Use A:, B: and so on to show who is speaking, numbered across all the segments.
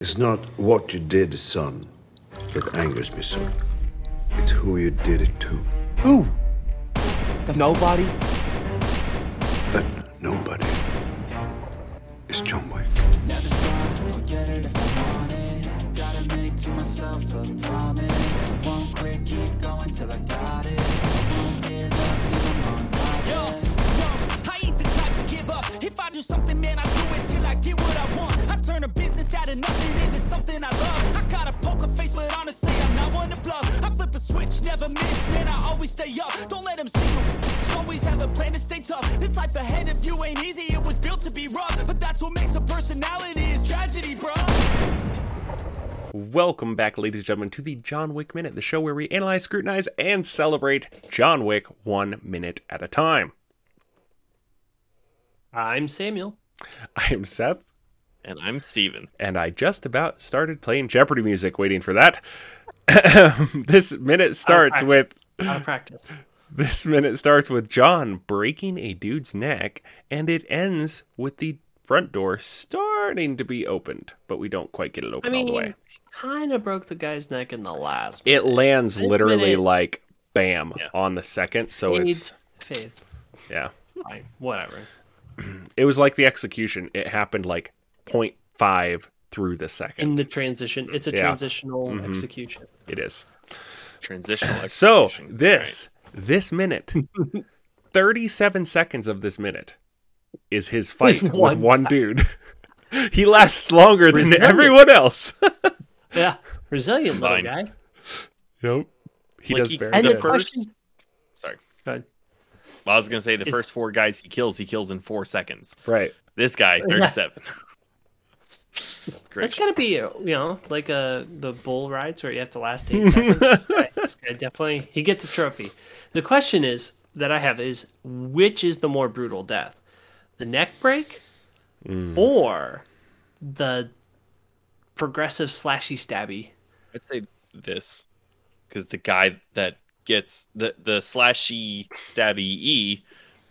A: It's not what you did, son, that angers me, sir. It's who you did it to.
B: Who? The nobody?
A: That nobody is John Wick.
C: I ain't the type to give up. If I do something, man, I do it till I get what I want. I turn a business out of nothing into something I love. I got a poker face, but honestly, I'm not one to bluff. I flip a switch, never miss, man, I always stay up. Don't let them see you. Always have a plan to stay tough. This life ahead of you ain't easy, it was built to be rough. But that's what makes a personality is tragedy, bruh.
D: Welcome back, ladies and gentlemen, to the John Wick Minute, the show where we analyze, scrutinize, and celebrate John Wick one minute at a time.
B: I'm Samuel.
D: I am Seth,
E: And I'm Steven.
D: and I just about started playing Jeopardy music, waiting for that. this minute starts with
B: Out of practice.
D: this minute starts with John breaking a dude's neck, and it ends with the front door starting to be opened, but we don't quite get it
B: I
D: open all the
B: mean,
D: way.
B: kind of broke the guy's neck in the last.
D: It lands
B: This
D: literally
B: minute-
D: like bam
E: Yeah.
D: on the second, so
B: one.
D: it's
B: Hey,
D: yeah.
B: fine, whatever.
D: It was like the execution. It happened like 0.5 through the second.
B: In the transition, it's a
D: Yeah. Mm-hmm.
B: transitional execution.
D: it is.
E: Transitional.
D: So
E: execution.
D: this this minute, 37 seconds of this minute is his fight with one,
B: one
D: dude. he lasts longer than everyone else.
B: Yeah, resilient little
E: Fine.
B: guy.
D: yep. He
E: Like,
D: does
E: he-
D: very
E: and
D: good.
E: the first-
B: question-
E: Sorry.
B: Go ahead.
E: Well, I was gonna say the
B: It's-
E: first four guys he kills, he kills in four seconds.
D: right.
E: This guy, thirty-seven.
B: That's
E: Gracious.
B: gotta be you know like uh the bull rides where you have to last eight seconds. This guy- this guy definitely he gets a trophy. The question is that I have is which is the more brutal death, the neck break, or the progressive slashy stabby?
E: I'd say this because the guy that gets the the slashy stabby e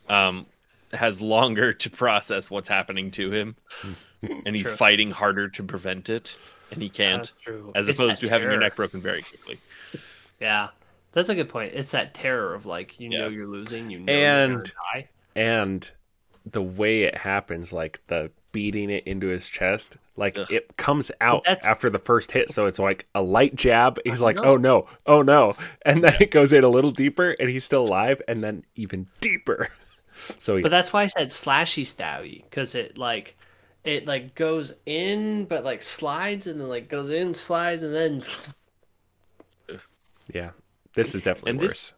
E: um, has longer to process what's happening to him, and he's fighting harder to prevent it, and he can't,
B: true.
E: as
B: It's
E: opposed
B: that
E: to having your
B: terror.
E: neck broken very quickly.
B: Yeah, that's a good point. It's that terror of like you know
E: Yeah.
B: you're losing, you know you're
D: And-
B: gonna die.
D: And the way it happens, like the beating it into his chest, like
E: Ugh.
D: it comes out
B: that's-
D: after the first hit. So it's like a light jab. He's like,
B: know.
D: oh no, oh no. And then it goes in a little deeper and he's still alive and then even deeper. So he,
B: But that's why I said slashy stabby because it like it like goes in but like slides and then like goes in slides and then
D: yeah, this is definitely
E: and
D: worse.
E: this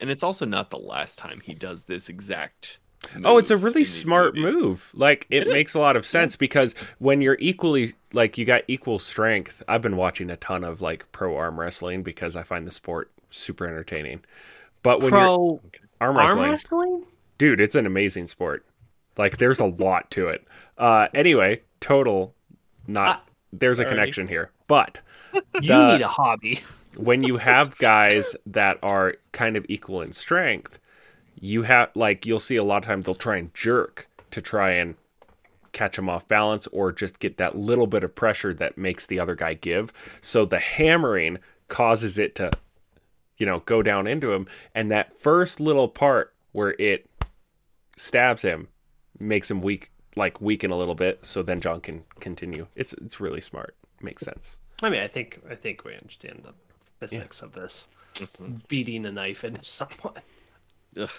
E: and it's also not the last time he does this exact
D: Oh, it's a
E: move
D: really
E: in these
D: smart
E: movies.
D: move. Like it,
E: It
D: makes a
E: is.
D: lot of sense because when you're equally like you got equal strength. I've been watching a ton of like pro arm wrestling because I find the sport super entertaining. But when you're
B: pro
D: arm
B: arm
D: wrestling,
B: wrestling.
D: dude, it's an amazing sport. Like there's a lot to it. Uh anyway, total not there's a
E: alrighty.
D: connection here. But
B: You
D: The-
B: need a hobby.
D: when you have guys that are kind of equal in strength, you have like you'll see a lot of times they'll try and jerk to try and catch them off balance or just get that little bit of pressure that makes the other guy give. So the hammering causes it to you know go down into him and that first little part where it stabs him makes him weak like weaken a little bit so then John can continue. It's it's really smart. Makes sense.
B: I mean, I think I think we understand the physics of this
D: Mm-hmm.
B: beating a knife into someone.
E: Ugh.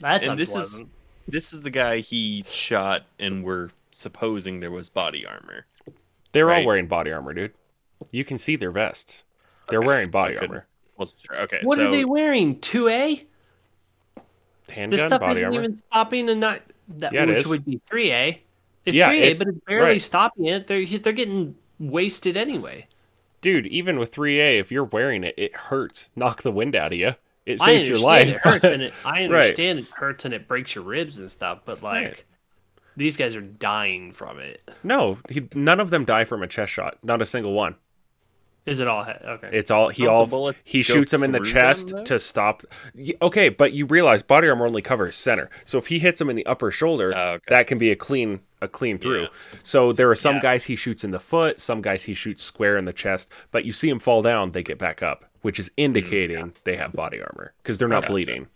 B: That's
E: and this is
B: unpleasant.
E: this is the guy he shot and we're supposing there was body armor
D: They're all
E: Right.
D: wearing body armor, dude. You can see their vests. They're wearing body
E: Couldn't-
D: armor.
E: wasn't sure. okay
B: what
E: so
B: are they wearing? Two A. This
D: Handgun,
B: stuff
D: body
B: isn't
D: armor.
B: even stopping and not that
D: Yeah, it
B: which
D: is.
B: would be three A. It's
D: Yeah,
B: three A,
D: it's-
B: but it's barely
D: right.
B: stopping it. They're they're getting wasted anyway.
D: Dude, even with 3A, if you're wearing it, it hurts. Knock the wind out of you. It
B: I
D: saves
B: understand
D: your life.
B: it hurts and it, I
D: Right.
B: understand it hurts and it breaks your ribs and stuff, but like
D: Right.
B: these guys are dying from it.
D: no, he, none of them die from a chest shot. Not a single one.
B: Is it all head? Okay.
D: It's all he
E: Don't the
D: all
E: bullets
D: he
E: go
D: shoots him in the
E: through
D: chest
E: them, though?
D: to stop. y- Okay, but you realize body armor only covers center. So if he hits him in the upper shoulder,
E: Oh, okay.
D: that can be a clean a clean through. So there are some guys he shoots in the foot, some guys he shoots square in the chest. But you see him fall down, they get back up, which is indicating they have body armor because they're not
E: Mm, Gotcha.
D: bleeding.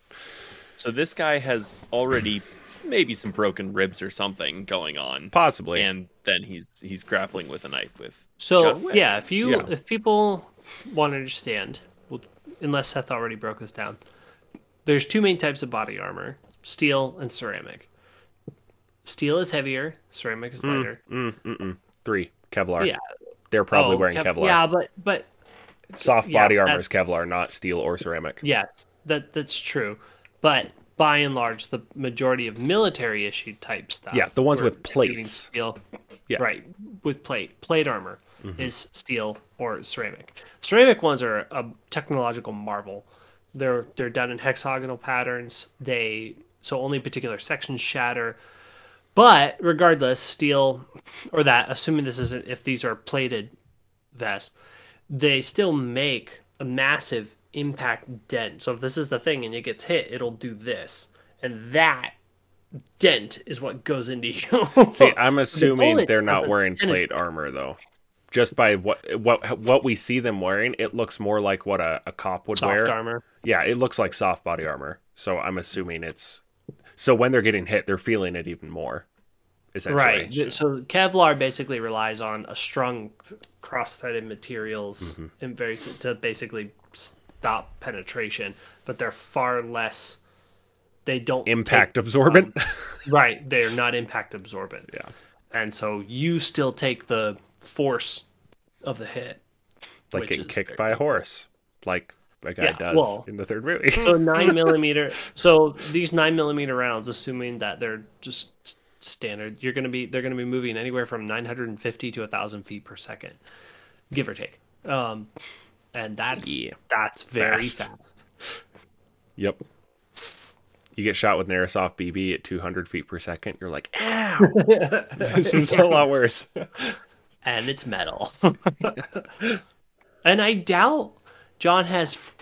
E: So this guy has already maybe some broken ribs or something going on,
D: Possibly,
E: and then he's he's grappling with a knife with.
B: So
E: John Wick.
B: yeah, if you
D: Yeah.
B: if people want to understand, well, unless Seth already broke this down, there's two main types of body armor: steel and ceramic. Steel is heavier, ceramic
D: Mm,
B: is lighter.
D: three Kevlar.
B: Yeah.
D: They're probably
B: Oh,
D: wearing
B: Kev-
D: Kevlar.
B: Yeah, but but
D: Soft
B: yeah,
D: body armor
B: that's-
D: is Kevlar, not steel or ceramic.
B: Yes, that that's true. But by and large, the majority of military issue type stuff.
D: Yeah, the ones
B: where
D: with
B: you're shooting
D: plates.
B: Steel,
D: Yeah. Mm-hmm.
B: right. With plate plate armor is steel or ceramic. Ceramic ones are a technological marvel. They're they're done in hexagonal patterns. They so only particular sections shatter. But regardless, steel or that, assuming this isn't if these are plated vests, they still make a massive impact dent. So if this is the thing and it gets hit, it'll do this. And that dent is what goes into you.
D: See, I'm assuming
B: bullet
D: they're not
B: doesn't
D: wearing
B: penetrate.
D: plate armor though. Just by what what what we see them wearing, it looks more like what a, a cop would
B: soft
D: wear.
B: armor.
D: Yeah, it looks like soft body armor. So I'm assuming it's so when they're getting hit, they're feeling it even more. Essentially.
B: Right. So Kevlar basically relies on a strong cross-threaded materials
D: Mm-hmm.
B: and very to basically stop penetration, but they're far less they don't take-
D: Impact absorbent.
B: Right, they're not impact absorbent. Yeah. And so you still take the force of the hit.
D: like
B: which
D: getting
B: is
D: kicked
B: very
D: by a horse. Like a guy
B: Yeah,
D: does
B: well-
D: in the third movie.
B: So nine millimeter. So these nine millimeter rounds, assuming that they're just s- standard, you're gonna be they're gonna be moving anywhere from 950 to 1,000 feet per second, give or take. Um, and that's
D: Yeah.
B: that's very
D: Fast.
B: fast.
D: yep. You get shot with an airsoft BB at 200 feet per second. You're like, ow, this is a lot worse.
B: and it's metal. and I doubt John has f-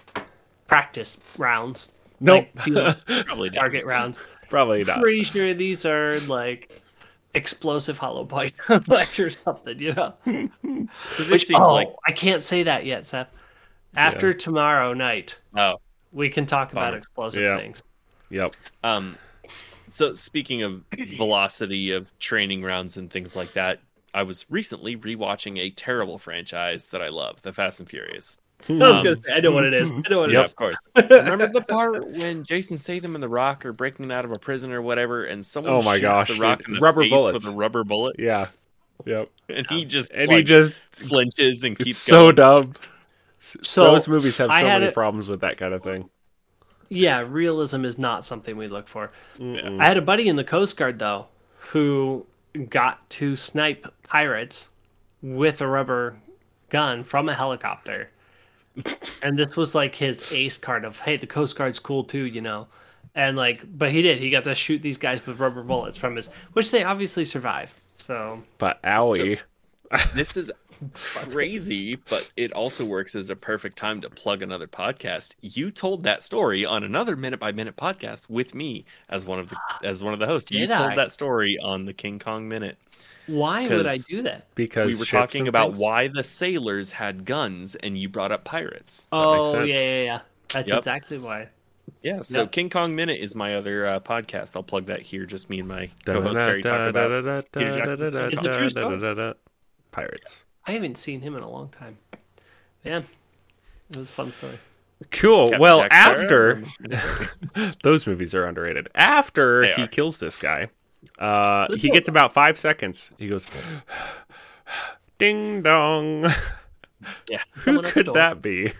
B: practice rounds.
D: Nope.
B: like field
E: Probably down.
B: target rounds.
D: Probably not.
B: Pretty sure these are like explosive hollow point like or something, you know.
E: So this
B: Which
E: seems
B: oh,
E: like
B: I can't say that yet, Seth. After tomorrow night,
E: oh
B: we can talk about
E: Bummer.
B: explosive
D: Yeah.
B: things.
D: Yep.
E: Um, so speaking of velocity of training rounds and things like that, I was recently rewatching a terrible franchise that I love, The Fast and Furious.
B: I was gonna
D: Um,
B: say, I know what it is. I know what
D: Yep.
B: it
E: Of course. Remember the part when Jason Statham and The Rock are breaking out of a prison or whatever, and someone
D: Oh my
E: shoots
D: gosh,
E: The Rock
D: dude.
E: in the
D: Rubber
E: face
D: bullets.
E: with a rubber bullet,
D: Yeah. Yep.
E: and he just
D: And he
E: like,
D: just
E: flinches and
D: it's
E: keeps
D: so
E: going.
D: dumb.
B: is. So
D: Those movies have
B: I
D: so
B: had
D: many
B: a-
D: problems with that kind of thing.
B: yeah, realism is not something we look for. I had a buddy in the Coast Guard though, who got to snipe pirates with a rubber gun from a helicopter, and this was like his ace card of hey, the Coast Guard's cool too, you know, and like, but he did. He got to shoot these guys with rubber bullets from his, which they obviously survive. So
D: But owie,
E: This is crazy, but it also works as a perfect time to plug another podcast. You told that story on another minute by minute podcast with me as one of the as one of the hosts. You
B: Did
E: told
B: I?
E: that story on the King Kong minute.
B: why would I
E: 'Cause
B: do that?
D: because
E: we were
D: ships
E: talking
D: and
E: about
D: things-
E: why the sailors had guns and you brought up pirates.
D: makes
B: Oh
D: sense.
B: yeah, yeah, yeah. That's
E: Yep.
B: exactly why.
E: Yeah, so
B: Yeah.
E: King Kong minute is my other uh, podcast. I'll plug that here just me and my co-host Terry talked about. Peter Jackson's
B: It's a true story.
D: Da-da-da-da-da-da-da-da-da. Pirates.
B: I haven't seen him in a long time. Yeah, it was a fun story.
D: Cool.
E: Captain
D: Well,
E: Jack
D: after those movies are underrated. After
E: They
D: he
E: are.
D: kills this guy, uh, he gets about five seconds. He goes, "Ding dong."
E: Yeah,
D: Who
B: Someone at the
D: could
B: door.
D: that be?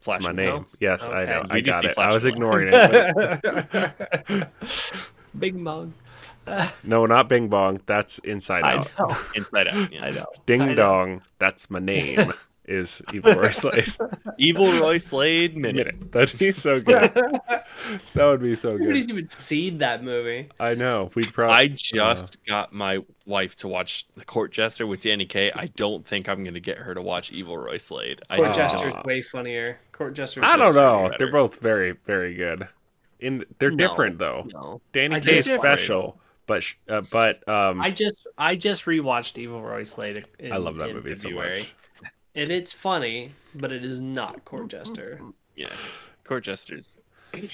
E: Flash
D: It's my
E: and
D: name.
E: Bones.
D: Yes, I know.
B: Okay.
D: I
E: We do
D: got
E: see
D: it.
E: Flash
D: I was
E: a lot.
D: ignoring it. but-
B: Big Bong.
D: No, not Bing Bong. That's Inside
B: I
D: Out.
B: know.
E: Inside Out. Yeah.
B: I know.
D: Ding
B: I know.
D: Dong. That's my name. is Evil Roy Slade.
E: Evil Roy Slade minute.
D: Minute. That'd be so good. that would be so
B: Nobody's
D: good.
B: even seen that movie.
D: I know. We'd probably.
E: I just got my wife to watch The Court Jester with Danny Kaye. I don't think I'm going to get her to watch Evil Roy Slade. I
B: Court
E: just don't.
B: Jester's way funnier. Court Jester's
D: I don't
B: just-
D: know.
E: better.
D: They're both very, very good. In they're
B: No,
D: different though.
B: No. I
D: Danny Kaye is
B: just-
D: special, but sh- uh, but um,
B: I
D: I,
B: just I just rewatched Evil Roy Slade. in-
D: love that
B: in
D: movie so
B: February.
D: much.
B: and it's funny, but it is not Court Jester.
E: Yeah. Court Jester's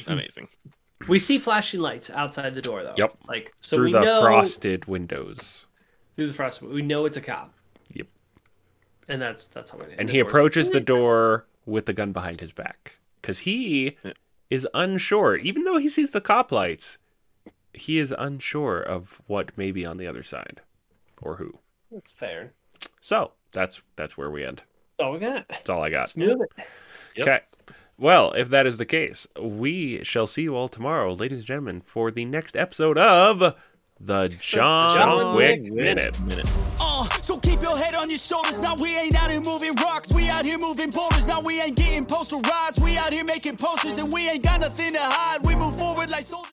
E: amazing.
B: We see flashing lights outside the door, though.
D: Yep.
B: It's like so
D: Through
B: we
D: the
B: know
D: frosted windows.
B: through the frost. We know it's a cop.
D: Yep.
B: And that's that's how. we-
D: and
B: that's
D: he
B: where-
D: approaches the door with the gun behind his back because he is unsure even though he sees the cop lights he is unsure of what may be on the other side or who
B: That's fair.
D: so that's that's where we end
B: That's all we got.
D: that's all i got
B: Move it.
E: Yep.
D: okay well if that is the case we shall see you all tomorrow ladies and gentlemen for the next episode of the john,
E: John
D: wick,
E: Wick
D: minute
E: Minute.
C: Uh, so keep your head on your shoulders. Now we ain't out here moving rocks. We out here moving boulders. Now we ain't getting posterized. We out here making posters and we ain't got nothing to hide. We move forward like soldiers.